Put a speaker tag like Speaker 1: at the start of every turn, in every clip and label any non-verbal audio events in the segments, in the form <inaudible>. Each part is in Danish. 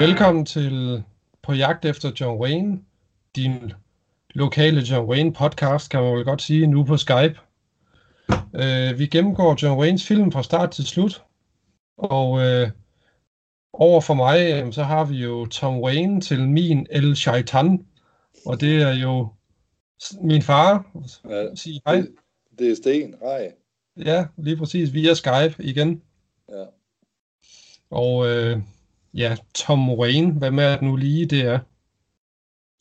Speaker 1: Velkommen til På jagt efter John Wayne, din lokale John Wayne podcast, kan man vel godt sige, nu på Skype. Øh, vi gennemgår John Waynes film fra start til slut, og øh, over for mig, øh, så har vi jo Tom Wayne til min El Shaitan, og det er jo s- min far.
Speaker 2: Ja.
Speaker 1: Sige hej.
Speaker 2: Det, det er Sten. Hej.
Speaker 1: Ja, lige præcis, via Skype igen.
Speaker 2: Ja.
Speaker 1: Og øh, ja, Tom Wayne, hvad med at nu lige det er?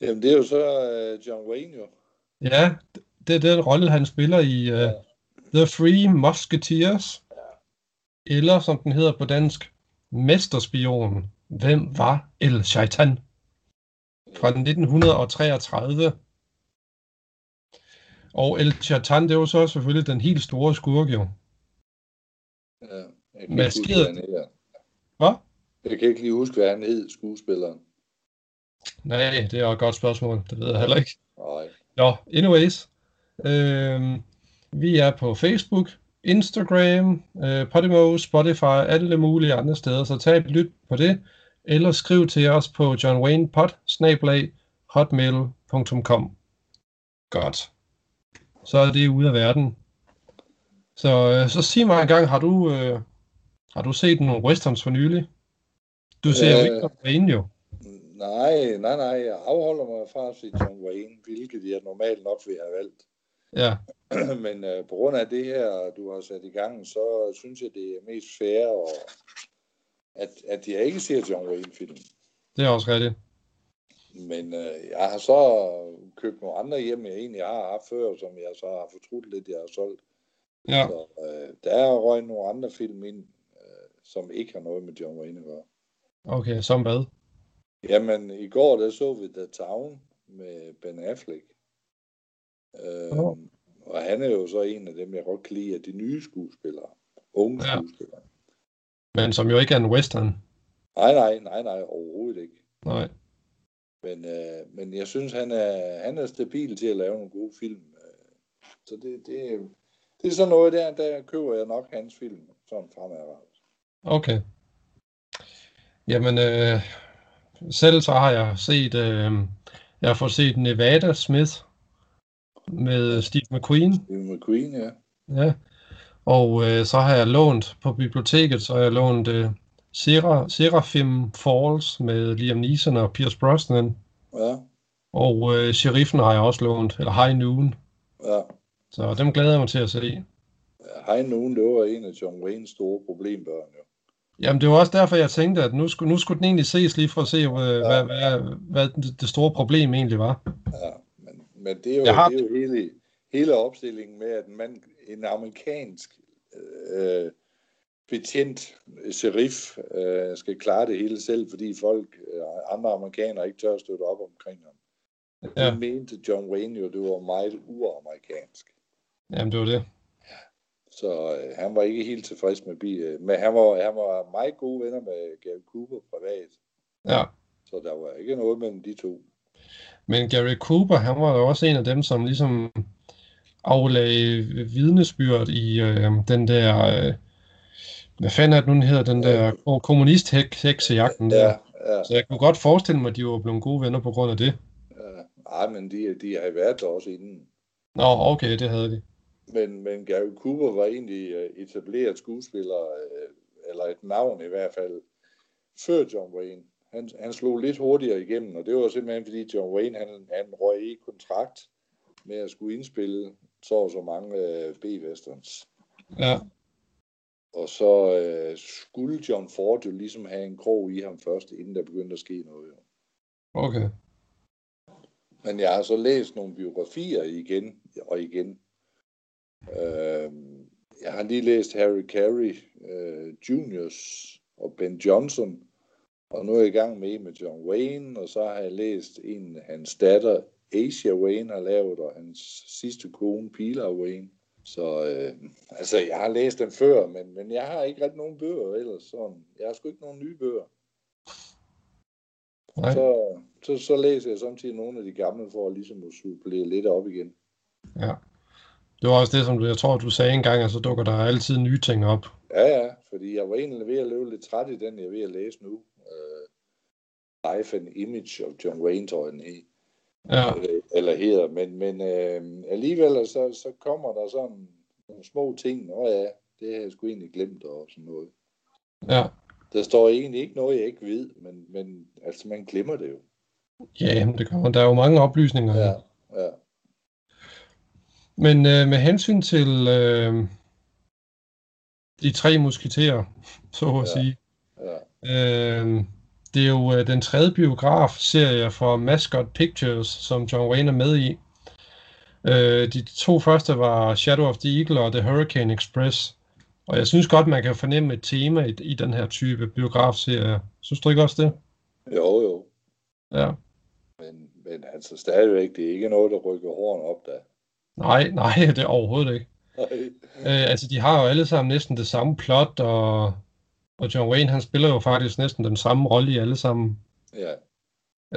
Speaker 2: Jamen, det er jo så øh, John Wayne jo.
Speaker 1: Ja, det er den rolle, han spiller i uh, The Three Musketeers. Eller som den hedder på dansk, Mesterspionen. Hvem var El Shaitan? Fra 1933. Og El Shaitan, det er jo så selvfølgelig den helt store skurk jo.
Speaker 2: Ja. øh, Jeg kan ikke huske,
Speaker 1: Maskeret.
Speaker 2: hvad han hedder.
Speaker 1: Hvad?
Speaker 2: Jeg kan ikke lige huske, hvad han hed, skuespilleren.
Speaker 1: Nej, det er et godt spørgsmål. Det ved jeg heller ikke.
Speaker 2: Nej.
Speaker 1: Nå, anyways. Øhm, vi er på Facebook, Instagram, øh, Podimo, Spotify, alle mulige andre steder, så tag et lyt på det, eller skriv til os på johnwaynepod.hotmail.com Godt. Så er det ude af verden. Så, øh, så sig mig engang, har du, øh, har du set nogle westerns for nylig? Du ser jo
Speaker 2: Øh.
Speaker 1: ikke John Wayne jo.
Speaker 2: Nej, nej, nej. Jeg afholder mig fra at sige John Wayne, hvilket jeg normalt nok ville have valgt. <clears throat>
Speaker 1: Ja,
Speaker 2: Men øh, på grund af det her, du har sat i gang, så synes jeg, det er mest fair, og at, at jeg ikke ser John Wayne-film.
Speaker 1: det er også rigtigt.
Speaker 2: Men øh, jeg har så købt nogle andre hjem, jeg egentlig har haft før, som jeg så har fortrudt lidt, jeg har solgt.
Speaker 1: Ja.
Speaker 2: Så øh, der er røget nogle andre film ind, øh, som ikke har noget med John Wayne at gøre.
Speaker 1: Okay, som hvad?
Speaker 2: Jamen, i går der så vi The Town med Ben Affleck. Øh,
Speaker 1: Nå.
Speaker 2: Og han er jo så en af dem, jeg godt kan lide, af de nye skuespillere. Unge
Speaker 1: Ja.
Speaker 2: ja. skuespillere.
Speaker 1: Men som jo ikke er en western.
Speaker 2: Nej, nej, nej, nej, overhovedet ikke.
Speaker 1: Nej.
Speaker 2: Men, øh, men jeg synes, han er, han er stabil til at lave nogle gode film. Øh, Så det, det, det er sådan noget der, der køber jeg nok hans film, sådan fremadrettet.
Speaker 1: Okay. Jamen, øh, selv så har jeg set, øh, jeg har fået set Nevada Smith med Steve McQueen,
Speaker 2: Steve McQueen, ja.
Speaker 1: ja. Og øh, så har jeg lånt på biblioteket, så har jeg lånt øh, Sera, Seraphim Falls med Liam Neeson og Pierce Brosnan.
Speaker 2: Ja,
Speaker 1: Og øh, Sheriffen har jeg også lånt, eller High Noon.
Speaker 2: ja.
Speaker 1: Så dem glæder jeg mig til at se.
Speaker 2: Hej nogen, det var en af John Waynes store problembørn, jo.
Speaker 1: Jamen, det var også derfor, jeg tænkte, at nu skulle, nu skulle den egentlig ses lige for at se, øh, hvad, hvad, hvad det- det store problem egentlig var.
Speaker 2: Ja, men, men det er jo,
Speaker 1: Jeg har-
Speaker 2: det er jo hele, hele opstillingen med, at en, mand, en amerikansk øh, betjent sheriff øh, skal klare det hele selv, fordi folk, øh, andre amerikanere, ikke tør at støtte op omkring ham. Ja.
Speaker 1: Ja.
Speaker 2: Det mente John Wayne jo, det var meget uamerikansk.
Speaker 1: Jamen, det var det.
Speaker 2: Så øh, han var ikke helt tilfreds med bi, øh, men han var, han var meget gode venner med Gary Cooper privat,
Speaker 1: Ja.
Speaker 2: så der var ikke noget mellem de to.
Speaker 1: Men Gary Cooper, han var jo også en af dem, som ligesom aflagde vidnesbyrd i øh, den der, øh, hvad fanden er det nu, den hedder, den der ko- kommunist-heksejagten der.
Speaker 2: Ja, ja.
Speaker 1: Så jeg kunne godt forestille mig, at de var blevet gode venner på grund af det.
Speaker 2: Ja, Ej, men de, de har været der også inden.
Speaker 1: Nå, okay, det havde de.
Speaker 2: Men, men Gary Cooper var egentlig øh, etableret skuespiller, øh, eller et navn i hvert fald, før John Wayne. Han, han slog lidt hurtigere igennem, og det var simpelthen fordi John Wayne han, han røg i kontrakt med at skulle indspille så og så mange øh, B-westerns.
Speaker 1: Ja,
Speaker 2: Og så øh, skulle John Ford jo ligesom have en krog i ham først, inden der begyndte at ske noget. Jo.
Speaker 1: okay.
Speaker 2: Men jeg har så læst nogle biografier igen og igen. Øhm, jeg har lige læst Harry Carey øh, Juniors og Ben Johnson, og nu er jeg i gang med en med John Wayne, og så har jeg læst en hans datter, Asia Wayne, har lavet, og hans sidste kone, Pilar Wayne. Så øh, altså, jeg har læst dem før, men, men jeg har ikke rigtig nogen bøger ellers. Sådan. Jeg har sgu ikke nogen nye bøger.
Speaker 1: Nej.
Speaker 2: Så, så, så læser jeg samtidig nogle af de gamle for ligesom at supplere lidt op igen.
Speaker 1: Det var også det, som jeg tror, du sagde engang, at så dukker der altid nye ting op.
Speaker 2: Ja, ja, fordi jeg var egentlig ved at løbe lidt træt i den, jeg er ved at læse nu. Øh, Life and Image of John Wayne, tror jeg, den hed.
Speaker 1: Ja,
Speaker 2: eller- eller hedder, men, men øh, alligevel så, så kommer der sådan nogle små ting, og ja, det har jeg sgu egentlig glemt og sådan noget.
Speaker 1: ja.
Speaker 2: Der står egentlig ikke noget, jeg ikke ved, men, men altså man glemmer det jo.
Speaker 1: Ja, men det kommer. Der er jo mange oplysninger.
Speaker 2: Ja,
Speaker 1: Ja.
Speaker 2: ja.
Speaker 1: Men øh, med hensyn til øh, de tre musketerer, så at
Speaker 2: Ja.
Speaker 1: ja. sige,
Speaker 2: ja.
Speaker 1: Øh, det er jo øh, den tredje biografserie for Mascot Pictures, som John Wayne er med i. Øh, de to første var Shadow of the Eagle og The Hurricane Express. Og jeg synes godt, man kan fornemme et tema i, i den her type biografserie. Synes du ikke også det?
Speaker 2: Jo, jo.
Speaker 1: Ja.
Speaker 2: Men, men altså stadigvæk, det er ikke noget, der rykker horn op der.
Speaker 1: Nej, nej, <laughs> det er overhovedet ikke.
Speaker 2: Nej.
Speaker 1: Øh, altså, de har jo alle sammen næsten det samme plot, og, og John Wayne, han spiller jo faktisk næsten den samme rolle i alle sammen.
Speaker 2: Ja,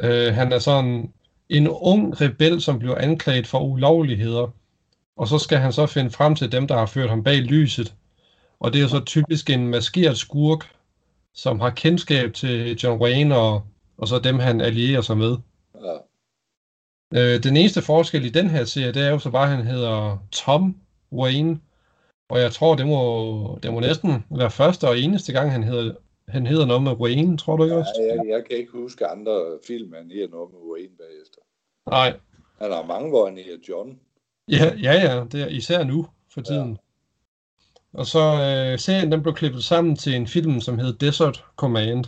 Speaker 1: Øh, han er sådan en ung rebel, som bliver anklaget for ulovligheder, og så skal han så finde frem til dem, der har ført ham bag lyset. Og det er jo så typisk en maskeret skurk, som har kendskab til John Wayne og, og så dem, han allierer sig med.
Speaker 2: ja,
Speaker 1: Øh, den eneste forskel i den her serie, det er jo så bare, at han hedder Tom Wayne. Og jeg tror, det må, det må næsten være første og eneste gang, han hedder, han hedder noget med Wayne, tror du ikke også?
Speaker 2: ja jeg, jeg kan ikke huske andre film, han her noget med Wayne bagefter.
Speaker 1: Nej.
Speaker 2: Han har mange, hvor han her John.
Speaker 1: Ja, ja, ja, det er især nu for tiden. Ja. Og så øh, serien den blev klippet sammen til en film, som hed Desert Command.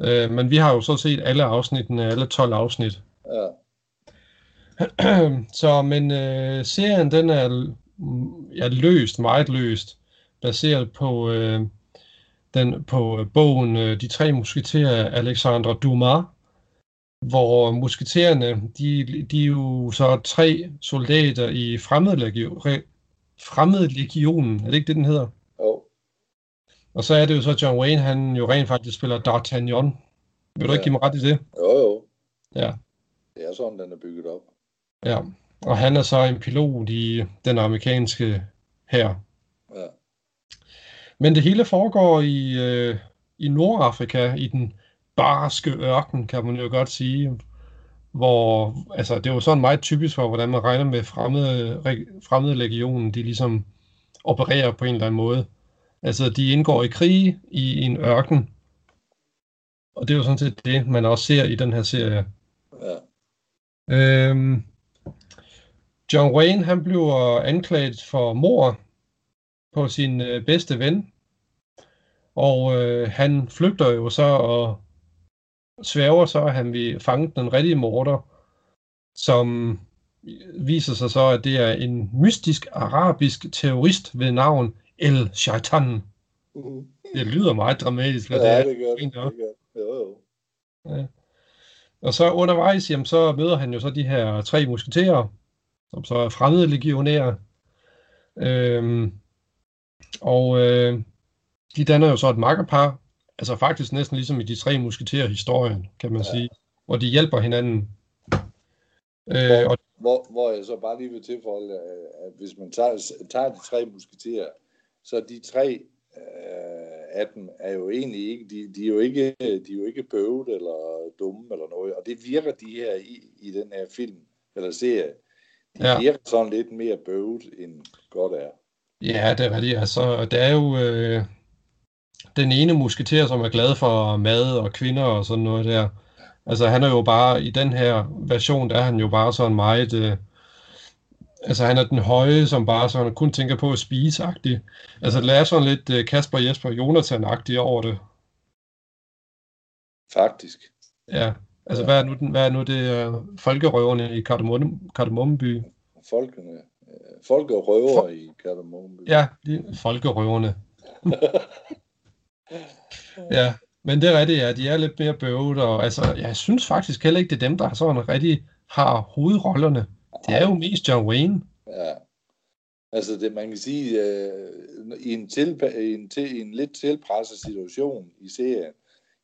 Speaker 1: Øh, men vi har jo så set alle afsnittene, alle 12 afsnit.
Speaker 2: Ja,
Speaker 1: så, men øh, serien den er, mm, er løst, meget løst, baseret på, øh, den, på øh, bogen øh, De tre musketerer af Alexandre Dumas, hvor musketererne, de, de er jo så tre soldater i fremmedlegionen, fremmedlegionen, er det ikke det, den hedder?
Speaker 2: jo,
Speaker 1: Og så er det jo så John Wayne, han jo rent faktisk spiller D'Artagnan. Vil du
Speaker 2: Ja.
Speaker 1: ikke give mig ret i det?
Speaker 2: jo, jo.
Speaker 1: Ja.
Speaker 2: Det er sådan, den er bygget op.
Speaker 1: Ja, og han er så en pilot i den amerikanske her.
Speaker 2: Ja,
Speaker 1: Men det hele foregår i, øh, i Nordafrika, i den barske ørken, kan man jo godt sige. Hvor, altså, det er jo sådan meget typisk for, hvordan man regner med fremmede, reg- fremmede legionen, de ligesom opererer på en eller anden måde. Altså, de indgår i krig i en ørken. Og det er jo sådan set det, man også ser i den her serie.
Speaker 2: ja.
Speaker 1: Øhm, John Wayne, han bliver anklaget for mor på sin øh, bedste ven, og øh, han flygter jo så og sværger så, at han vil fange den rigtige morder, som viser sig så, at det er en mystisk arabisk terrorist ved navn El Shaitan.
Speaker 2: Mhm.
Speaker 1: Det lyder meget dramatisk, hvad det
Speaker 2: Ja,
Speaker 1: er.
Speaker 2: det gør det.
Speaker 1: fint nok.
Speaker 2: det gør det. Jo, jo.
Speaker 1: Og så undervejs, jamen, så møder han jo så de her tre musketerer, som så er fremmede legionærer. Øhm, og øh, de danner jo så et makkerpar, altså faktisk næsten ligesom i de tre musketerer-historien, kan man
Speaker 2: Ja.
Speaker 1: ja. sige, hvor de hjælper hinanden. Øh, og,
Speaker 2: Hvor, hvor jeg så bare lige vil tilføje, øh, at hvis man tager, tager de tre musketerer, så de tre øh, af dem er jo egentlig ikke, de, de er jo ikke, de er jo ikke bøvet eller dumme eller noget, og det virker de her i, i den her film, eller serie, de ja.
Speaker 1: Ja.
Speaker 2: virker sådan lidt mere bøvet, end godt er.
Speaker 1: ja, det er rigtigt. Altså, der er jo øh, den ene musketer, som er glad for mad og kvinder og sådan noget der. Altså, han er jo bare, i den her version, der er han jo bare sådan meget... Øh, Altså, han er den høje, som bare sådan kun tænker på at spise -agtig. Altså, der er sådan lidt øh, Kasper, Jesper, Jonathan-agtig over det.
Speaker 2: Faktisk.
Speaker 1: Ja. Altså,
Speaker 2: Ja.
Speaker 1: hvad er nu, den, hvad er nu det øh, folkerøverne i Kardemomme- Kardemommeby?
Speaker 2: Folkene, øh, folk og røver For... i Kardemomme.
Speaker 1: Ja, de, folkerøverne. <laughs> ja, men det er rigtigt, ja. De er lidt mere bøvet, og altså, jeg synes faktisk heller ikke, det er dem, der sådan rigtig har hovedrollerne. Det er jo mest John Wayne.
Speaker 2: Ja. Altså det, man kan sige, øh, i, en tilpa- i, en til, i en lidt tilpresset situation i serien,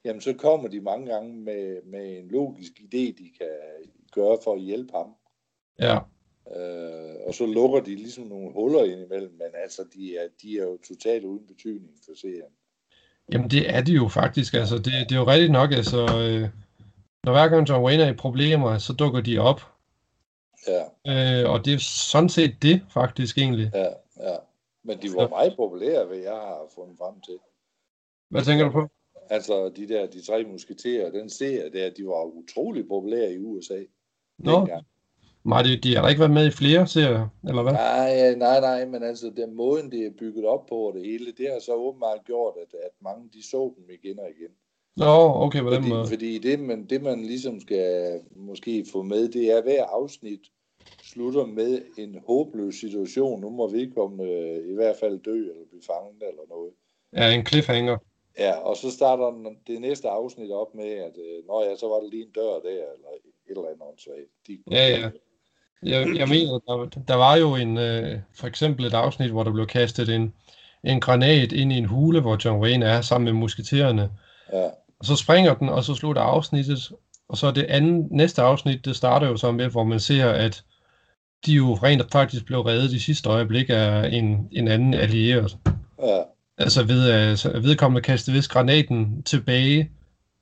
Speaker 2: jamen så kommer de mange gange med, med en logisk idé, de kan gøre for at hjælpe ham.
Speaker 1: Ja,
Speaker 2: Øh, og så lukker de ligesom nogle huller ind imellem, men altså de er, de er jo totalt uden betydning for serien.
Speaker 1: Jamen det er det jo faktisk. Altså, det, det er jo rigtigt nok. Altså, øh, når hver gang John Wayne er i problemer, så dukker de op.
Speaker 2: Ja,
Speaker 1: Øh, og det er sådan set det faktisk egentlig.
Speaker 2: ja, ja. Men de var meget populære, hvad jeg har fundet frem til.
Speaker 1: Hvad tænker du på?
Speaker 2: Altså, de der, de tre musketerer, den serie der, de var utrolig populære i USA.
Speaker 1: Nå,
Speaker 2: dengang.
Speaker 1: nej, de, de har da ikke været med i flere serier, eller hvad?
Speaker 2: Nej, nej, nej, men altså, den måde, det er bygget op på og det hele, det har så åbenbart gjort, at, at mange, de så dem igen og igen.
Speaker 1: Nå, okay, på den
Speaker 2: Fordi,
Speaker 1: måde.
Speaker 2: fordi det, man, det, man ligesom skal måske få med, det er, at hver afsnit slutter med en håbløs situation. Nu må vedkommende øh, i hvert fald dø eller blive fanget eller noget.
Speaker 1: Ja, en cliffhanger.
Speaker 2: Ja, og så starter den- det næste afsnit op med, at øh, når ja, så var der lige en dør der, eller et eller andet åndssvagt. De,
Speaker 1: Ja, ja. Jeg, jeg mener, der, der var jo en, øh, for eksempel et afsnit, hvor der blev kastet en, en granat ind i en hule, hvor John Wayne er sammen med musketererne.
Speaker 2: ja,
Speaker 1: Og så springer den, og så slutter afsnittet. Og så det andet, næste afsnit, det starter jo så med, hvor man ser, at de jo rent faktisk blev reddet i sidste øjeblik af en, en anden allieret.
Speaker 2: ja,
Speaker 1: Altså ved at at vedkommende kastede vist granaten tilbage,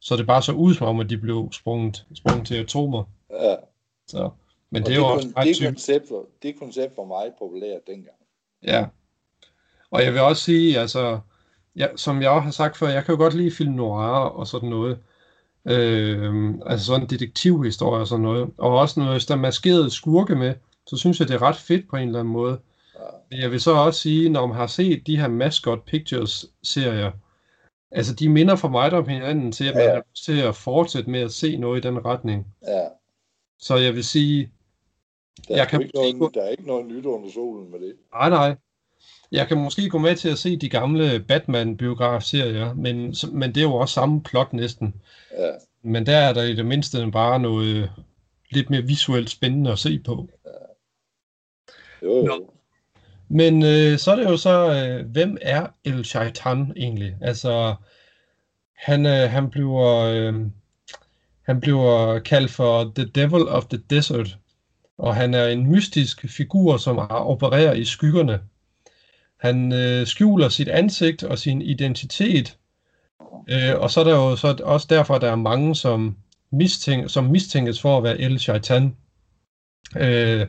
Speaker 1: så det bare så ud som om, at de blev sprunget, sprunget til atomer.
Speaker 2: ja.
Speaker 1: Så. Men
Speaker 2: Og
Speaker 1: det er jo
Speaker 2: kon-
Speaker 1: også ret
Speaker 2: det,
Speaker 1: typisk.
Speaker 2: koncept, var- det koncept var meget populært dengang.
Speaker 1: Ja. Og jeg vil også sige, altså, ja, som jeg også har sagt før, jeg kan jo godt lide film noir og sådan noget. Øh, altså sådan detektivhistorie og sådan noget. Og også noget, hvis der er maskeret skurke med, så synes jeg, det er ret fedt på en eller anden måde.
Speaker 2: Ja.
Speaker 1: Men jeg vil så også sige, når man har set de her Mascot Pictures-serier, altså de minder for mig om hinanden til, at man
Speaker 2: Ja, ja.
Speaker 1: har lyst til at fortsætte med at se noget i den retning.
Speaker 2: Ja,
Speaker 1: Så jeg vil sige,
Speaker 2: der,
Speaker 1: Jeg
Speaker 2: er
Speaker 1: kan
Speaker 2: jo ikke noget,
Speaker 1: forstå-
Speaker 2: der er ikke noget nyt under solen med det.
Speaker 1: Nej, nej. Jeg kan måske gå med til at se de gamle Batman-biograf-serier, men, men det er jo også samme plot næsten.
Speaker 2: Ja,
Speaker 1: Men der er der i det mindste bare noget lidt mere visuelt spændende at se på.
Speaker 2: jo, jo.
Speaker 1: Nå. Men øh, så er det jo så, øh, hvem er El Shaitan egentlig? Altså, han, øh, han bliver øh, han bliver kaldt for The Devil of the Desert, og han er en mystisk figur, som har- opererer i skyggerne. Han øh, skjuler sit ansigt og sin identitet, øh, og så er der jo så også derfor, at der er mange, som, mistænk, som mistænkes for at være El Shaitan. Øh,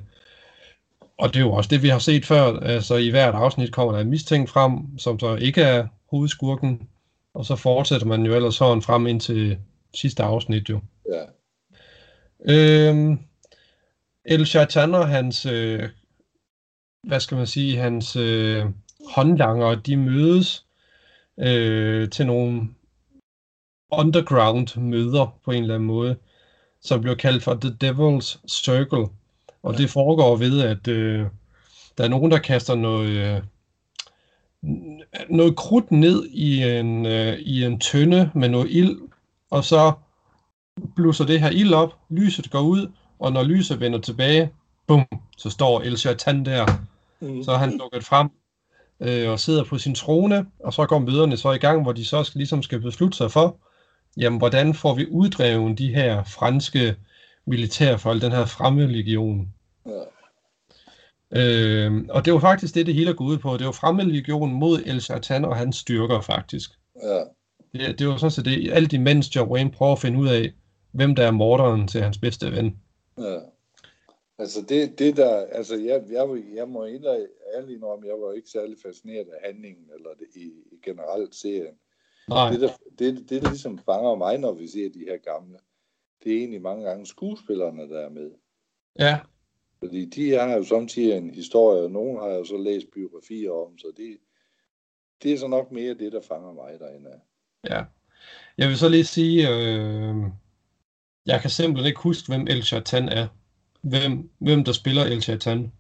Speaker 1: og det er jo også det, vi har set før. Altså i hvert afsnit kommer der en mistænkt frem, som så ikke er hovedskurken. Og så fortsætter man jo ellers sådan frem indtil sidste afsnit jo.
Speaker 2: Ja,
Speaker 1: Øhm, El Shaitan og hans, øh, hvad skal man sige, hans øh, håndlanger, de mødes øh, til nogle underground møder på en eller anden måde, som bliver kaldt for The Devil's Circle. Og det foregår ved, at øh, der er nogen, der kaster noget, øh, n- noget krudt ned i en, øh, i en tønde med noget ild, og så blusser det her ild op, lyset går ud, og når lyset vender tilbage, bum, så står El Shaitan der,
Speaker 2: mm.
Speaker 1: så er han dukket frem øh, og sidder på sin trone, og så går møderne så i gang, hvor de så skal, ligesom skal beslutte sig for, jamen hvordan får vi uddrevet de her franske militærfolk, den her fremme legion.
Speaker 2: ja.
Speaker 1: Øh, og det var faktisk det, det hele går ud på. Det var fremme legion mod El Shaitan og hans styrker faktisk.
Speaker 2: ja.
Speaker 1: Det, det var sådan set det, alt imens John Wayne prøver at finde ud af, hvem der er morderen til hans bedste ven.
Speaker 2: Ja. Altså det, det der, altså jeg, jeg, vil- jeg må indre ærligt om, jeg var ikke særlig fascineret af handlingen, eller det, i, i generelt serien.
Speaker 1: Nej.
Speaker 2: Det der, det, det, der ligesom fanger mig, når vi ser de her gamle, det er egentlig mange gange skuespillerne, der er med.
Speaker 1: Ja,
Speaker 2: Fordi de har jo samtidig en historie, og nogen har jo så læst biografier om, så det, det er så nok mere det, der fanger mig derinde.
Speaker 1: ja. Jeg vil så lige sige, øh, jeg kan simpelthen ikke huske, hvem El Shaitan er. Hvem, hvem der spiller El Shaitan.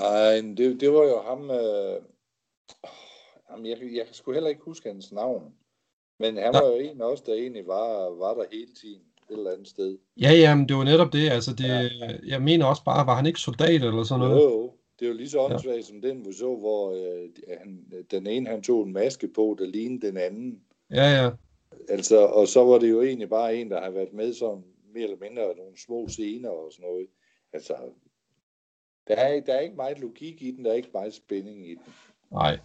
Speaker 2: Nej, men det, det var jo ham... Øh... Jamen, jeg, kan- jeg kan sgu heller ikke huske hans navn. Men han var jo en af os, der egentlig var, var der hele tiden et eller andet sted.
Speaker 1: Ja, ja, men det var netop det. Altså, det, jeg mener også bare, var han ikke soldat eller sådan
Speaker 2: Jo,
Speaker 1: noget?
Speaker 2: jo. Det er jo lige så åndssvagt som den, vi så, hvor øh, han, den ene han tog en maske på, der lignede den anden.
Speaker 1: Ja, ja.
Speaker 2: Altså, og så var det jo egentlig bare en, der har været med som mere eller mindre nogle små scener og sådan noget. Altså, der er, der er ikke meget logik i den, der er ikke meget spænding i den.
Speaker 1: Nej.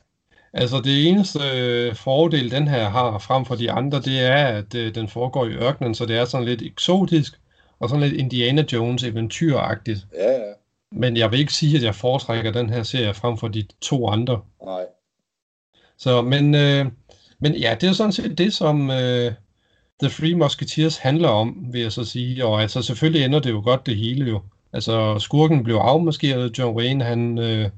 Speaker 1: Altså det eneste øh, fordel, den her har frem for de andre, det er, at øh, den foregår i ørkenen, så det er sådan lidt eksotisk, og sådan lidt Indiana Jones eventyragtigt.
Speaker 2: Ja, ja.
Speaker 1: Men jeg vil ikke sige, at jeg foretrækker den her serie frem for de to andre.
Speaker 2: Nej.
Speaker 1: Så, men, øh, men ja, det er sådan set det, som øh, The Three Musketeers handler om, vil jeg så sige. Og altså selvfølgelig ender det jo godt det hele jo. Altså skurken blev afmaskeret, John Wayne han øh,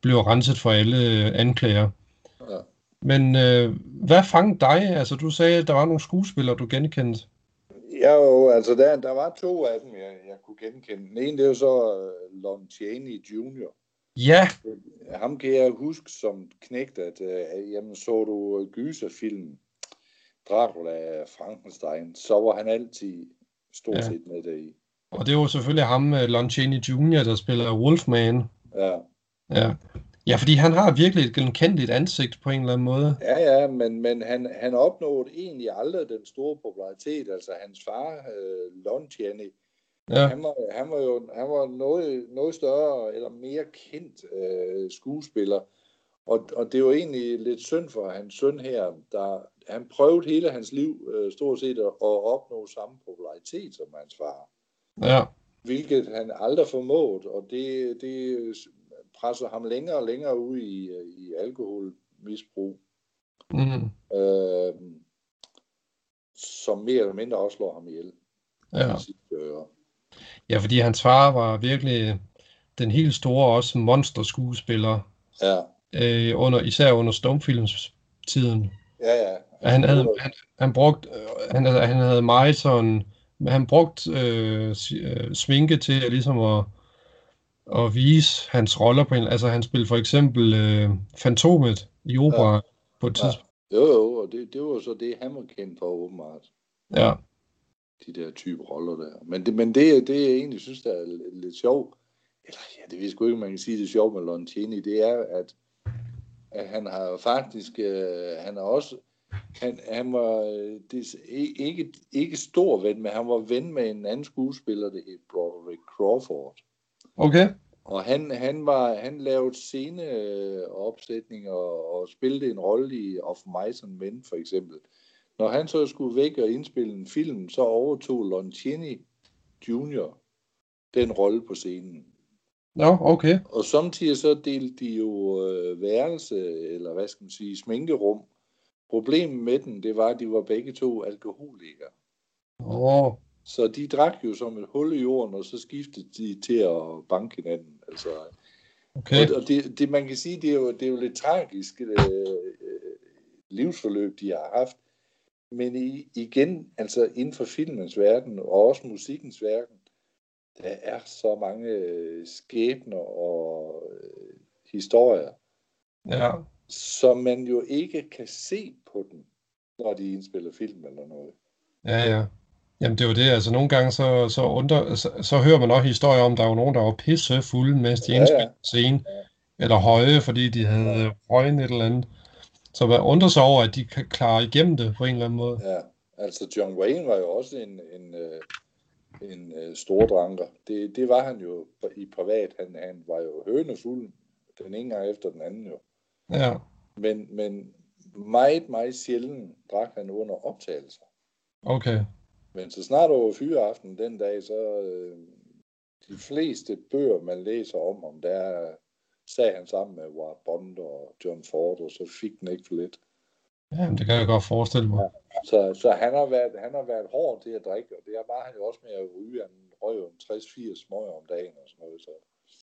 Speaker 1: blev renset for alle øh, anklager.
Speaker 2: Ja.
Speaker 1: Men øh, hvad fangede dig? Altså du sagde, at der var nogle skuespillere, du genkendte.
Speaker 2: Ja, jo, altså der, der var to af dem, jeg, jeg kunne genkende. Den ene, det er jo så øh, Lon Chaney Jr.
Speaker 1: Ja,
Speaker 2: Øh, Ham kan jeg huske som knægt, at øh, jamen, så du øh, gyserfilmen Dracula af Frankenstein, så var han altid stort
Speaker 1: Ja.
Speaker 2: ja. set med deri.
Speaker 1: og det var selvfølgelig ham, øh, Lon Chaney Jr., der spiller Wolfman.
Speaker 2: Ja.
Speaker 1: Ja. ja, fordi han har virkelig et genkendeligt ansigt på en eller anden måde.
Speaker 2: Ja, ja, men, men han, han opnåede egentlig aldrig den store popularitet. Altså hans far, øh, Lon Chaney,
Speaker 1: Ja,
Speaker 2: han var, han var jo han var noget, noget større eller mere kendt øh, skuespiller. Og, og det var egentlig lidt synd for hans søn her, der han prøvede hele hans liv øh, stort set at, at opnå samme popularitet som hans far,
Speaker 1: ja.
Speaker 2: hvilket han aldrig formåede, og det, det presser ham længere og længere ud i, i alkoholmisbrug.
Speaker 1: Mm.
Speaker 2: øh, som mere eller mindre også slår ham ihjel.
Speaker 1: Ja.
Speaker 2: i sidste øre.
Speaker 1: ja, fordi hans far var virkelig den helt store også monsterskuespiller,
Speaker 2: ja,
Speaker 1: øh, under, især under stumfilmstiden.
Speaker 2: ja. ja.
Speaker 1: Han havde,
Speaker 2: Det var-
Speaker 1: han, han brugte, øh, han, altså, han havde meget sådan, han brugte øh, si- øh, sminke til ligesom at, at vise hans roller på en, altså han spillede for eksempel øh, Fantomet i opera ja. på et
Speaker 2: Ja.
Speaker 1: tidspunkt.
Speaker 2: Jo, jo, og det, det var så det, han var kendt for åbenbart.
Speaker 1: Ja. ja.
Speaker 2: De der type roller der. Men det, men det, det jeg egentlig synes, der er lidt, lidt sjovt, eller ja, det ved jeg sgu ikke, om man kan sige det er sjovt med Lontini, det er, at, at han har faktisk, øh, han er også, han, han var øh, det, ikke, ikke stor ven, men han var ven med en anden skuespiller, det hed Broderick Crawford.
Speaker 1: Okay.
Speaker 2: Og han, han, var, han lavede sceneopsætninger og, og spillede en rolle i Of Mice and Men, for eksempel. Når han så skulle væk og indspille en film, så overtog Loncini Jr. den rolle på scenen.
Speaker 1: Nå, okay.
Speaker 2: Og samtidig så delte de jo øh, værelse, eller hvad skal man sige, sminkerum. Problemet med den, det var, at de var begge to alkoholikere.
Speaker 1: Åh,
Speaker 2: Så de drak jo som et hul i jorden, og så skiftede de til at banke hinanden. Altså,
Speaker 1: okay.
Speaker 2: Okay. Og det, det, man kan sige, det er jo, det er jo lidt tragisk øh, øh, livsforløb, de har haft. Men i, igen, altså inden for filmens verden, og også musikkens verden, der er så mange øh, skæbner og øh, historier,
Speaker 1: Ja.
Speaker 2: som man jo ikke kan se på den, når de indspiller film eller noget.
Speaker 1: Ja, ja. Jamen det er jo det, altså nogle gange så, så, undrer, så, så hører man også historier om, der var nogen, der var pissefulde, mens de
Speaker 2: Ja, ja.
Speaker 1: indspillede scenen, eller høje, fordi de havde øh, røgen et eller andet. Så man undrer sig over, at de kan klare igennem det på en eller anden måde.
Speaker 2: Ja, altså John Wayne var jo også en, en, øh, en øh, stor dranker. Det, det var han jo i privat. Han, han var jo hønefuld den ene gang efter den anden jo.
Speaker 1: Ja,
Speaker 2: Men, men meget, meget sjældent drak han under optagelser.
Speaker 1: okay.
Speaker 2: Men så snart over fyreaften den dag, så øh, de fleste bøger, man læser om ham, der sagde han sammen med Ward Bond og John Ford, og så fik den ikke for lidt.
Speaker 1: Jamen det kan jeg godt forestille mig.
Speaker 2: Så, så han, har været, han har været hård til at drikke, og det var han jo også med at ryge. Han røg jo en 60-80 smøger om dagen og sådan noget, så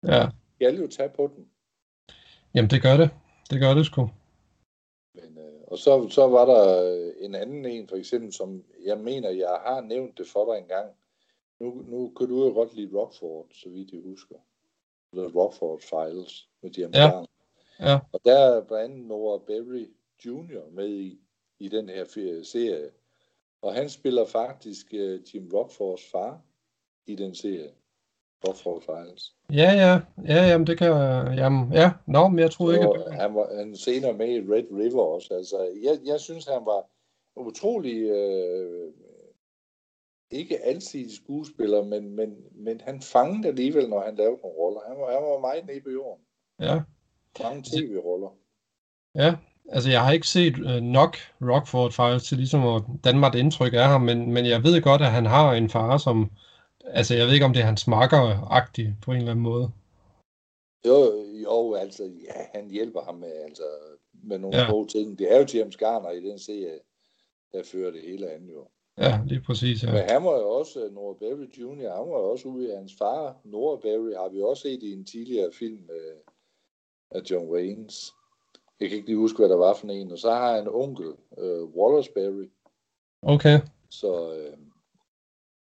Speaker 1: Ja,
Speaker 2: jeg vil jo tage på den.
Speaker 1: jamen det gør det. Det gør det sgu.
Speaker 2: Men, øh, og så, så var der øh, en anden en, for eksempel, som jeg mener, jeg har nævnt det for dig engang. Nu, nu kan du jo godt lide Rockford, så vidt jeg husker. The Rockford Files med James
Speaker 1: Ja.
Speaker 2: Garner.
Speaker 1: Ja.
Speaker 2: Og der er blandt andet Nora Berry Jr. med i, i den her fe- serie. Og han spiller faktisk øh, Jim Rockfords far i den serie. Rockford Files.
Speaker 1: Ja, ja, ja, jamen det kan jamen, ja, nå, men jeg troede ikke,
Speaker 2: Og
Speaker 1: at...
Speaker 2: han var han er senere med i Red River også. Altså, jeg, jeg synes, han var utrolig... Øh, ikke altid skuespiller, men, men, men han fangede alligevel, når han lavede nogle roller. Han var, han var meget nede på jorden.
Speaker 1: Ja.
Speaker 2: Mange tv-roller.
Speaker 1: Ja, altså jeg har ikke set øh, nok Rockford Files til ligesom at danne mig et indtryk af ham, men, men jeg ved godt, at han har en far, som... Altså jeg ved ikke, om det er hans makker-agtig på en eller anden måde.
Speaker 2: Jo, jo, altså, ja, han hjælper ham med, altså, med nogle
Speaker 1: Ja.
Speaker 2: ja. gode ting. Det er jo James Garner i den serie, der fører det hele an jo.
Speaker 1: Ja, lige præcis.
Speaker 2: Ja.
Speaker 1: Ja.
Speaker 2: Men han var jo også, Nora Berry Jr., han var jo også ude i hans far, Nora Berry, har vi også set i en tidligere film øh, af John Waynes. Jeg kan ikke lige huske, hvad der var for en. Og så har han en onkel, øh, Wallace Berry.
Speaker 1: Okay,
Speaker 2: Så øh,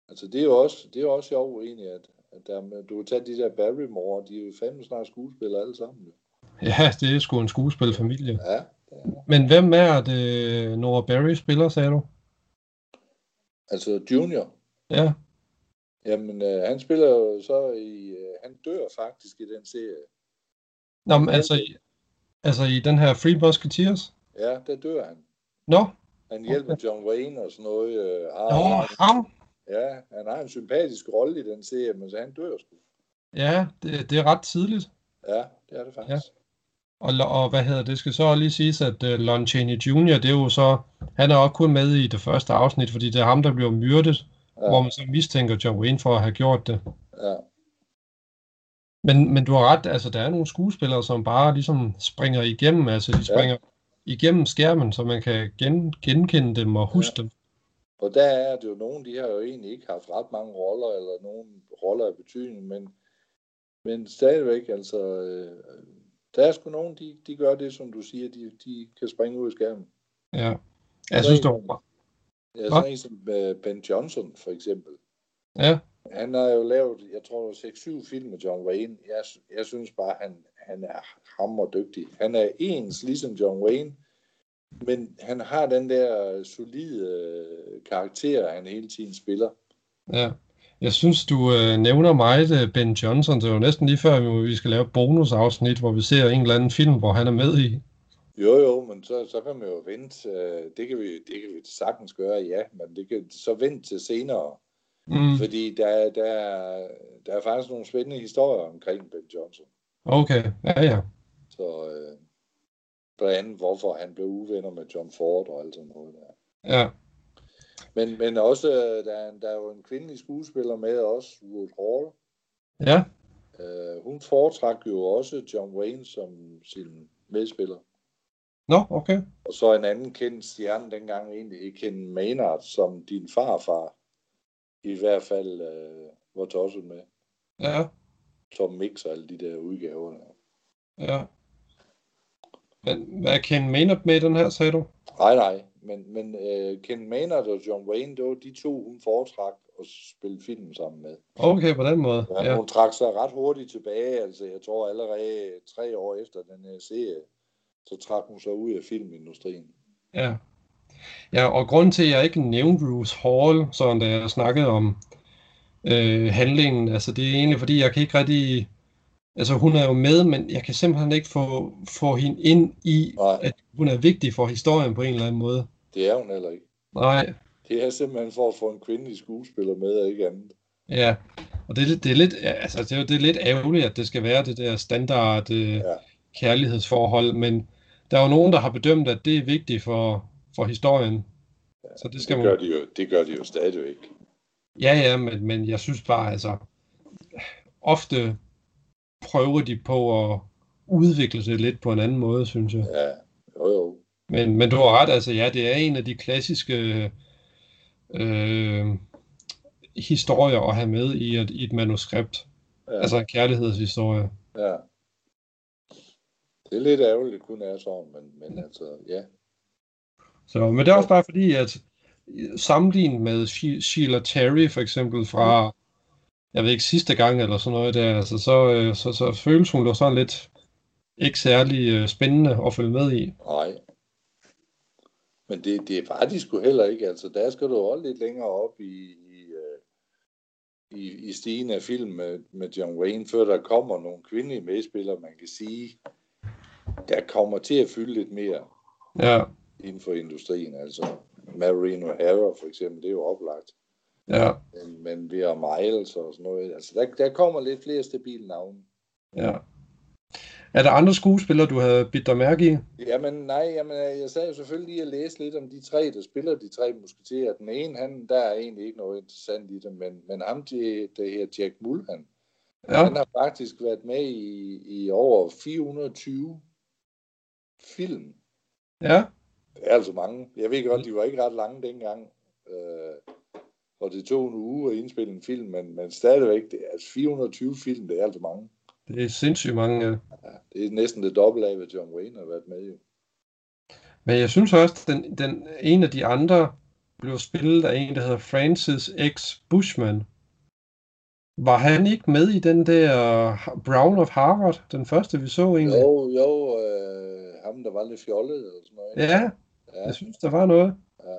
Speaker 2: altså, det er jo også, det er jo også sjovt egentlig, at, at der, du kan tage de der Barrymore, de er jo fandme snart skuespillere alle sammen. jo.
Speaker 1: ja, det er sgu en skuespilfamilie.
Speaker 2: Ja,
Speaker 1: Men hvem er det, Nora Berry spiller, sagde du?
Speaker 2: altså Junior.
Speaker 1: Ja,
Speaker 2: Jamen, øh, han spiller jo så i... Øh, han dør faktisk i den serie.
Speaker 1: Nå, men altså, i- altså i den her Free Musketeers?
Speaker 2: Ja, der dør han.
Speaker 1: Nå,
Speaker 2: Han hjælper John Wayne og sådan noget. Øh, har,
Speaker 1: Nå ham!
Speaker 2: Ja, han har en sympatisk rolle i den serie, men så han dør sgu.
Speaker 1: Ja, det, det er ret tidligt.
Speaker 2: Ja, det er det faktisk.
Speaker 1: Og, lo- og hvad hedder det, skal så lige siges, at uh, Lon Chaney Jr., det er jo så, han er også kun med i det første afsnit, fordi det er ham, der bliver myrdet,
Speaker 2: Ja,
Speaker 1: hvor man så mistænker John Wayne for at have gjort det.
Speaker 2: ja.
Speaker 1: Men, men du har ret, altså der er nogle skuespillere, som bare ligesom springer igennem, altså de springer ja. igennem skærmen, så man kan gen, genkende dem og huske ja. dem.
Speaker 2: Og der er det jo nogen, de har jo egentlig ikke haft ret mange roller, eller nogen roller af betydning, men, men stadigvæk, altså... Øh, der er sgu nogen, de, de gør det, som du siger, de, de kan springe ud i skærmen.
Speaker 1: Ja. Jeg synes, det var
Speaker 2: Ja,
Speaker 1: Hva?
Speaker 2: sådan en som øh, Ben Johnson, for eksempel.
Speaker 1: Ja,
Speaker 2: Han har jo lavet, jeg tror, 6-7 film med John Wayne. Jeg, jeg synes bare, han, han er hammerdygtig. Han er ens ligesom John Wayne, men han har den der solide øh, karakter, han hele tiden spiller.
Speaker 1: ja. Jeg synes, du øh, nævner meget øh, Ben Johnson. Det er jo næsten lige før, vi- vi skal lave et bonusafsnit, hvor vi ser en eller anden film, hvor han er med i.
Speaker 2: Jo, jo, men så, så kan man jo vente. øh, Det kan, vi, det kan vi sagtens gøre, ja, men det kan så vente til senere.
Speaker 1: Mm,
Speaker 2: Fordi der, er- der, er- der er faktisk nogle spændende historier omkring Ben Johnson.
Speaker 1: okay, ja, ja.
Speaker 2: Så øh, blandt andet, hvorfor han blev uvenner med John Ford og alt sådan noget der.
Speaker 1: ja.
Speaker 2: Men, men også, øh, der er, en- der er jo en kvindelig skuespiller med også, Ruth Hall.
Speaker 1: Ja,
Speaker 2: Uh, hun foretrak jo også John Wayne som sin medspiller.
Speaker 1: nå, okay.
Speaker 2: Og så en anden kendt stjerne dengang egentlig, Ken Maynard, som din farfar i hvert fald uh, var tosset med.
Speaker 1: Ja,
Speaker 2: Tom Mix og alle de der udgaver. der.
Speaker 1: ja. Men hvad er Ken Maynard med i den her, sagde du?
Speaker 2: Nej, nej, men, men uh, Ken Maynard og John Wayne, det var de to, hun foretrak at spille film sammen med.
Speaker 1: Okay, på den måde.
Speaker 2: Ja,
Speaker 1: Ja,
Speaker 2: Hun trak sig ret hurtigt tilbage, altså jeg tror allerede tre år efter den her serie, så trak hun sig ud af filmindustrien.
Speaker 1: ja. Ja, og grunden til, at jeg ikke nævnte Bruce Hall, sådan da jeg snakkede om øh, handlingen, altså det er egentlig, fordi jeg kan ikke rigtig... Altså hun er jo med, men jeg kan simpelthen ikke få, få hende ind i,
Speaker 2: Nej,
Speaker 1: at hun er vigtig for historien på en eller anden måde.
Speaker 2: det er hun heller ikke.
Speaker 1: Nej,
Speaker 2: Det er simpelthen for at få en kvindelig skuespiller med, og ikke andet.
Speaker 1: Ja, og det, er lidt- det er lidt, ja, altså, det er, jo- det er lidt ærgerligt, at det skal være det der standard øh,
Speaker 2: Ja.
Speaker 1: kærlighedsforhold, men der er jo nogen, der har bedømt, at det er vigtigt for, for historien. Så det skal
Speaker 2: Det
Speaker 1: man...
Speaker 2: gør de jo, det gør de jo stadigvæk.
Speaker 1: Ja, ja, men, men jeg synes bare, altså, ofte prøver de på at udvikle sig lidt på en anden måde, synes jeg.
Speaker 2: Ja, jo jo.
Speaker 1: Men, men du har ret, altså ja, det er en af de klassiske øh, historier at have med i et, i et manuskript.
Speaker 2: Ja,
Speaker 1: Altså en kærlighedshistorie.
Speaker 2: ja. Det er lidt ærgerligt, det kun er sådan, men, men altså, ja.
Speaker 1: Så, men det er også bare fordi, at sammenlignet med She- Sheila Terry for eksempel fra, jeg ved ikke, sidste gang eller sådan noget der, altså, så, øh, så, så føles hun da sådan lidt ikke særlig øh, spændende at følge med i.
Speaker 2: Nej. Men det, det var de sgu heller ikke. Altså, der skal du holde lidt længere op i, i, øh, i, i stigen af film med, med John Wayne, før der kommer nogle kvindelige medspillere, man kan sige, der kommer til at fylde lidt mere
Speaker 1: Ja,
Speaker 2: inden for industrien. Altså, Maureen O'Hara for eksempel, det er jo oplagt.
Speaker 1: ja,
Speaker 2: Men, men vi har Miles og sådan noget. Altså, der, der kommer lidt flere stabile navne.
Speaker 1: ja. Er der andre skuespillere, du havde bidt dig mærke i?
Speaker 2: Jamen nej, jamen, øh, jeg sad jo selvfølgelig lige og læste lidt om de tre, der spiller de tre musketerer. Den ene, han, der er egentlig ikke noget interessant i det, men, men ham, det, det her Jack Mulhan, ja. han har faktisk været med i, i over 420 film.
Speaker 1: Ja.
Speaker 2: Det er altså mange. Jeg ved godt, de var ikke ret lange dengang. Øh, og det tog en uge at indspille en film, men, men stadigvæk, det er, altså 420 film, det er altså mange.
Speaker 1: Det er sindssygt mange, ja.
Speaker 2: Ja, det er næsten det dobbelte af, hvad John Wayne har været med i.
Speaker 1: Men jeg synes også, at den, den, en af de andre blev spillet af en, der hedder Francis X. Bushman. Var han ikke med i den der Brown of Harvard, den første vi så egentlig?
Speaker 2: Jo, jo, øh, ham der var lidt fjollet eller sådan noget. ikke?
Speaker 1: Ja,
Speaker 2: Ja,
Speaker 1: jeg synes, der var noget.
Speaker 2: ja.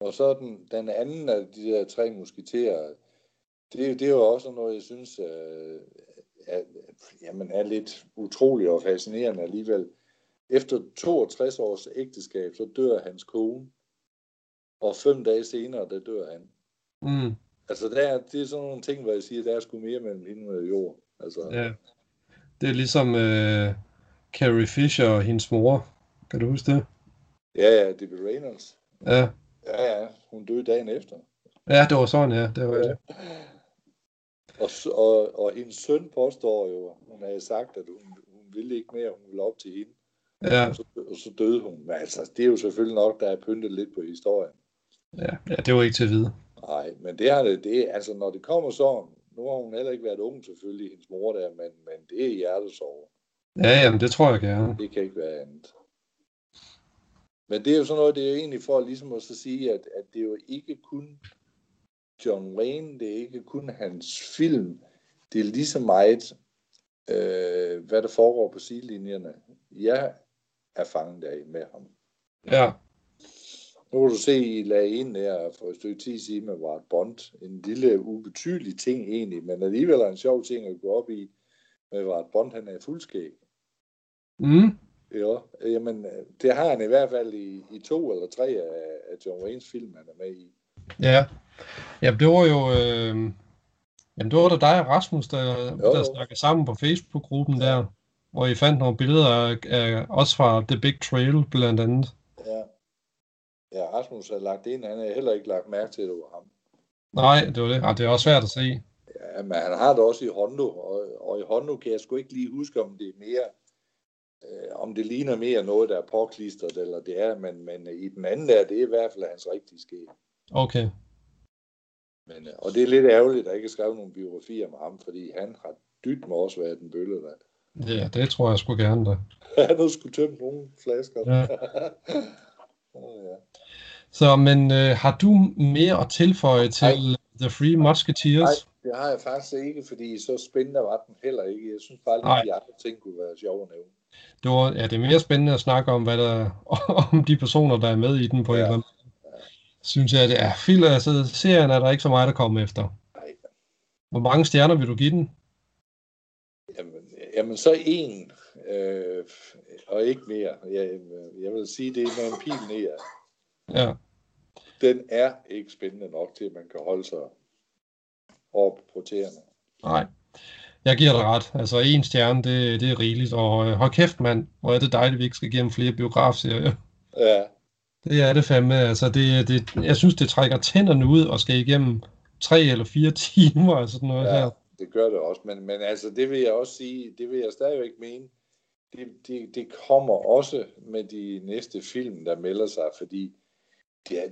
Speaker 2: Og så den, den anden af de der tre musketerer, det, det er jo også noget, jeg synes øh, er, jamen er lidt utroligt og fascinerende alligevel. Efter 62 års ægteskab, så dør hans kone, og fem dage senere, der dør han.
Speaker 1: Mm,
Speaker 2: Altså, der, er- det er sådan nogle ting, hvor jeg siger, der er sgu mere mellem himmel og jord. Altså,
Speaker 1: ja. Det er ligesom øh, Carrie Fisher og hendes mor. Kan du huske det?
Speaker 2: ja, ja, det blev Reynolds.
Speaker 1: Ja,
Speaker 2: Ja, ja, hun døde dagen efter.
Speaker 1: ja det var sådan, ja. Det var det.
Speaker 2: Og, s- og, og hendes søn påstår jo, at hun havde sagt, at hun, hun ville ikke mere, hun ville op til hende.
Speaker 1: Ja,
Speaker 2: Og så, og så døde hun. Men altså, det er jo selvfølgelig nok, der er pyntet lidt på historien.
Speaker 1: ja, ja, det var ikke til at vide.
Speaker 2: Nej, men det har det, det altså når det kommer sådan, nu har hun heller ikke været ung selvfølgelig, hendes mor der, men, men det er hjertesorg.
Speaker 1: Ja, jamen, det tror jeg gerne.
Speaker 2: Det kan ikke være andet. Men det er jo sådan noget, det er jo egentlig for ligesom at så sige, at, at det er jo ikke kun John Wayne, det er ikke kun hans film, det er lige så meget, øh, hvad der foregår på sidelinjerne. Jeg er fanget af med ham.
Speaker 1: Ja,
Speaker 2: Nu kan du se, I lagde ind der for et stykke tid siden med Ward Bond. En lille ubetydelig ting egentlig, men alligevel er en sjov ting at gå op i med Ward Bond. Han er fuldskæg.
Speaker 1: mm,
Speaker 2: Jo, øh, jamen, øh, det har han i hvert fald i, i to eller tre af, af John Waynes film, han er med i.
Speaker 1: ja. Jamen, det var jo... Øh, jamen, det var da dig og Rasmus, der,
Speaker 2: Jo,
Speaker 1: der
Speaker 2: jo.
Speaker 1: snakkede sammen på Facebook-gruppen der, hvor I fandt nogle billeder af, af os fra The Big Trail, blandt andet.
Speaker 2: Ja. Ja, Rasmus har lagt det ind, han har heller ikke lagt mærke til, at det var ham.
Speaker 1: Nej, det var det. Ej, det er også svært at se.
Speaker 2: Ja, men han har det også i Hondo, og, og i Hondo kan jeg sgu ikke lige huske, om det er mere, øh, om det ligner mere noget, der er påklistret, eller det er, men, men i den anden der, det er i hvert fald hans rigtige skæg.
Speaker 1: Okay.
Speaker 2: Men, øh, og det er lidt ærgerligt, at der ikke er skrevet nogen biografi om ham, fordi han har dybt med også været en bølle, der.
Speaker 1: Ja, det tror jeg sgu gerne da.
Speaker 2: <laughs> Han har skulle tømt nogle flasker.
Speaker 1: Ja.
Speaker 2: <laughs> Åh, ja.
Speaker 1: Så, men øh, har du mere at tilføje til The Free
Speaker 2: Nej,
Speaker 1: Musketeers?
Speaker 2: det har jeg faktisk ikke, fordi så spændende var den heller ikke. Jeg synes bare,
Speaker 1: Nej.
Speaker 2: at de andre ting kunne være sjove at nævne.
Speaker 1: Det, var, ja, det er mere spændende at snakke om, hvad der, <laughs> om de personer, der er med i den på ja. en
Speaker 2: Ja.
Speaker 1: eller anden Synes jeg, det er filler. Altså, serien er der ikke så meget at komme efter.
Speaker 2: Nej.
Speaker 1: Hvor mange stjerner vil du give den?
Speaker 2: Jamen, jamen så en, øh, og ikke mere. Jeg, jeg vil sige, det er med en pil ned. ad.
Speaker 1: Ja,
Speaker 2: Den er ikke spændende nok til, at man kan holde sig op på tæerne.
Speaker 1: nej. Jeg giver dig ret. Altså, en stjerne, det, det er rigeligt. Og øh, hold kæft, mand. Hvor er det dejligt, at vi ikke skal igennem flere biografserier. <laughs>
Speaker 2: Ja,
Speaker 1: Det er det fandme. Altså, det, det, jeg synes, det trækker tænderne ud og skal igennem tre eller fire <laughs> timer og sådan noget ja.
Speaker 2: ja,
Speaker 1: der.
Speaker 2: det gør det også. Men, men altså, det vil jeg også sige, det vil jeg stadigvæk mene, det, det, det kommer også med de næste film, der melder sig, fordi det er,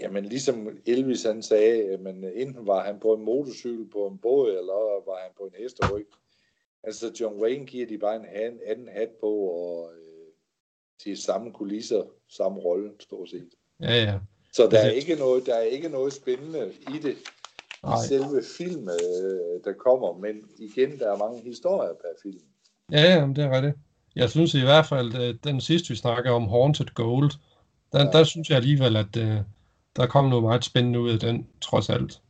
Speaker 2: jamen ligesom Elvis han sagde, jamen, enten var han på en motorcykel, på en båd, eller var han på en hesteryg. Altså John Wayne giver de bare en han, anden hat på, og øh, de samme kulisser, samme rolle, stort set.
Speaker 1: Ja, ja.
Speaker 2: Så der er
Speaker 1: Altså-
Speaker 2: ikke noget, der er ikke noget spændende i det, i
Speaker 1: Nej.
Speaker 2: selve film, øh, der kommer, men igen, der er mange historier per film.
Speaker 1: Ja, ja, men det er rigtigt. Jeg synes i hvert fald, at den sidste, vi snakkede om, Haunted Gold, der, ja.
Speaker 2: Ja.
Speaker 1: der synes jeg alligevel, at øh, der kom noget meget spændende ud af den, trods alt.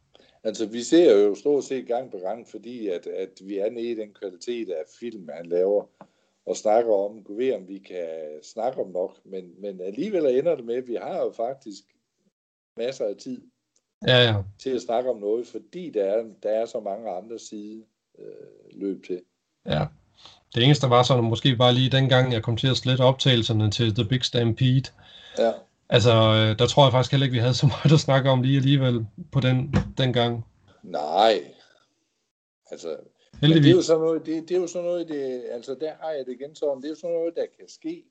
Speaker 2: Altså, vi ser jo stort set gang på gang, fordi at, at vi er nede i den kvalitet af film, han laver, og snakker om, gud ved, om vi kan snakke om nok, men, men alligevel ender det med, at vi har jo faktisk masser af tid
Speaker 1: Ja, ja.
Speaker 2: til at snakke om noget, fordi der er, der er så mange andre side øh, løb til.
Speaker 1: Ja. Det eneste var sådan, måske bare lige dengang, jeg kom til at slette optagelserne til The Big Stampede.
Speaker 2: Ja.
Speaker 1: Altså, øh, der tror jeg faktisk heller ikke, vi havde så meget at snakke om lige alligevel på den, dengang.
Speaker 2: Nej. Altså, men
Speaker 1: Heldigvis.
Speaker 2: det er jo sådan noget, det, det er jo sådan noget, det, altså der har jeg det igen sådan, det er jo sådan noget, der kan ske.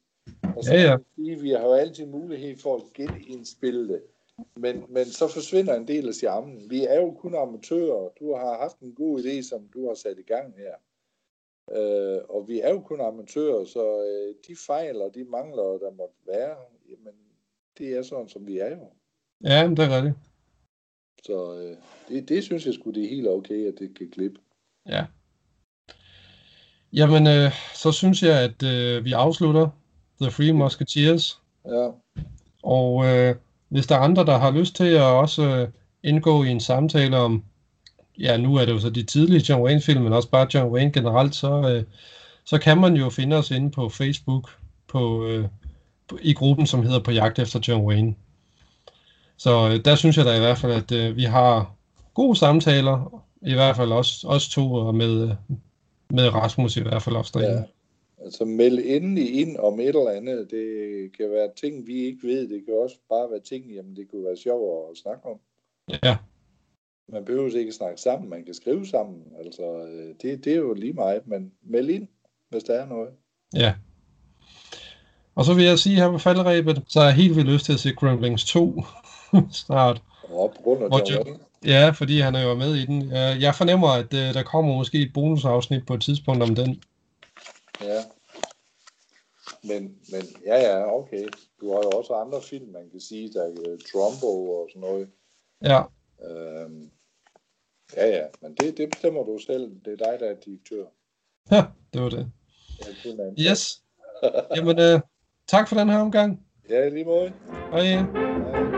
Speaker 2: Og så
Speaker 1: Ja, ja.
Speaker 2: kan man sige, vi har jo altid mulighed for at genindspille det. Men, men så forsvinder en del af charmen. Vi er jo kun amatører. Du har haft en god idé, som du har sat i gang her. Øh, og vi er jo kun amatører, så øh, de fejl og de mangler, der måtte være, jamen, det er sådan, som vi er jo.
Speaker 1: Ja, men det er rigtigt.
Speaker 2: Så øh, det, det synes jeg skulle det er helt okay, at det kan klippe.
Speaker 1: Ja. Jamen, øh, så synes jeg, at øh, vi afslutter The Free Musketeers.
Speaker 2: Ja,
Speaker 1: Og øh, hvis der er andre, der har lyst til at også øh, indgå i en samtale om, ja, nu er det jo så de tidlige John Wayne-film, men også bare John Wayne generelt, så, øh, så kan man jo finde os inde på Facebook på, øh, på- i gruppen, som hedder På jagt efter John Wayne. Så øh, der synes jeg da i hvert fald, at øh, vi har gode samtaler, i hvert fald også os to og med, øh, med Rasmus i hvert fald også derinde.
Speaker 2: Ja. Altså meld endelig ind om et eller andet. Det kan være ting, vi ikke ved. Det kan også bare være ting, jamen det kunne være sjovt at snakke om.
Speaker 1: Ja.
Speaker 2: Man behøver ikke at snakke sammen, man kan skrive sammen. Altså, øh, det, det er jo lige meget, men meld ind, hvis der er noget.
Speaker 1: Og så vil jeg sige her på falderæbet, så har jeg helt vildt lyst til at se Gremlings 2 <laughs> snart.
Speaker 2: Og op rundt
Speaker 1: Hvor
Speaker 2: og
Speaker 1: John-
Speaker 2: John Wayne.
Speaker 1: Ja, fordi han er jo med i den. Øh, Jeg fornemmer, at øh, der kommer måske et bonusafsnit på et tidspunkt om den.
Speaker 2: Ja. Men, men ja, ja, okay. Du har jo også andre film, man kan sige, der er Trumbo og sådan noget.
Speaker 1: Ja, <laughs>
Speaker 2: Øhm, ja, ja, men det, det bestemmer du selv. Det er dig, der er direktør.
Speaker 1: det var det.
Speaker 2: Jeg er kun ansat.
Speaker 1: Yes. Jamen, øh, tak for den her omgang. øh,
Speaker 2: Ja, i lige måde.
Speaker 1: Hej.
Speaker 2: Hej.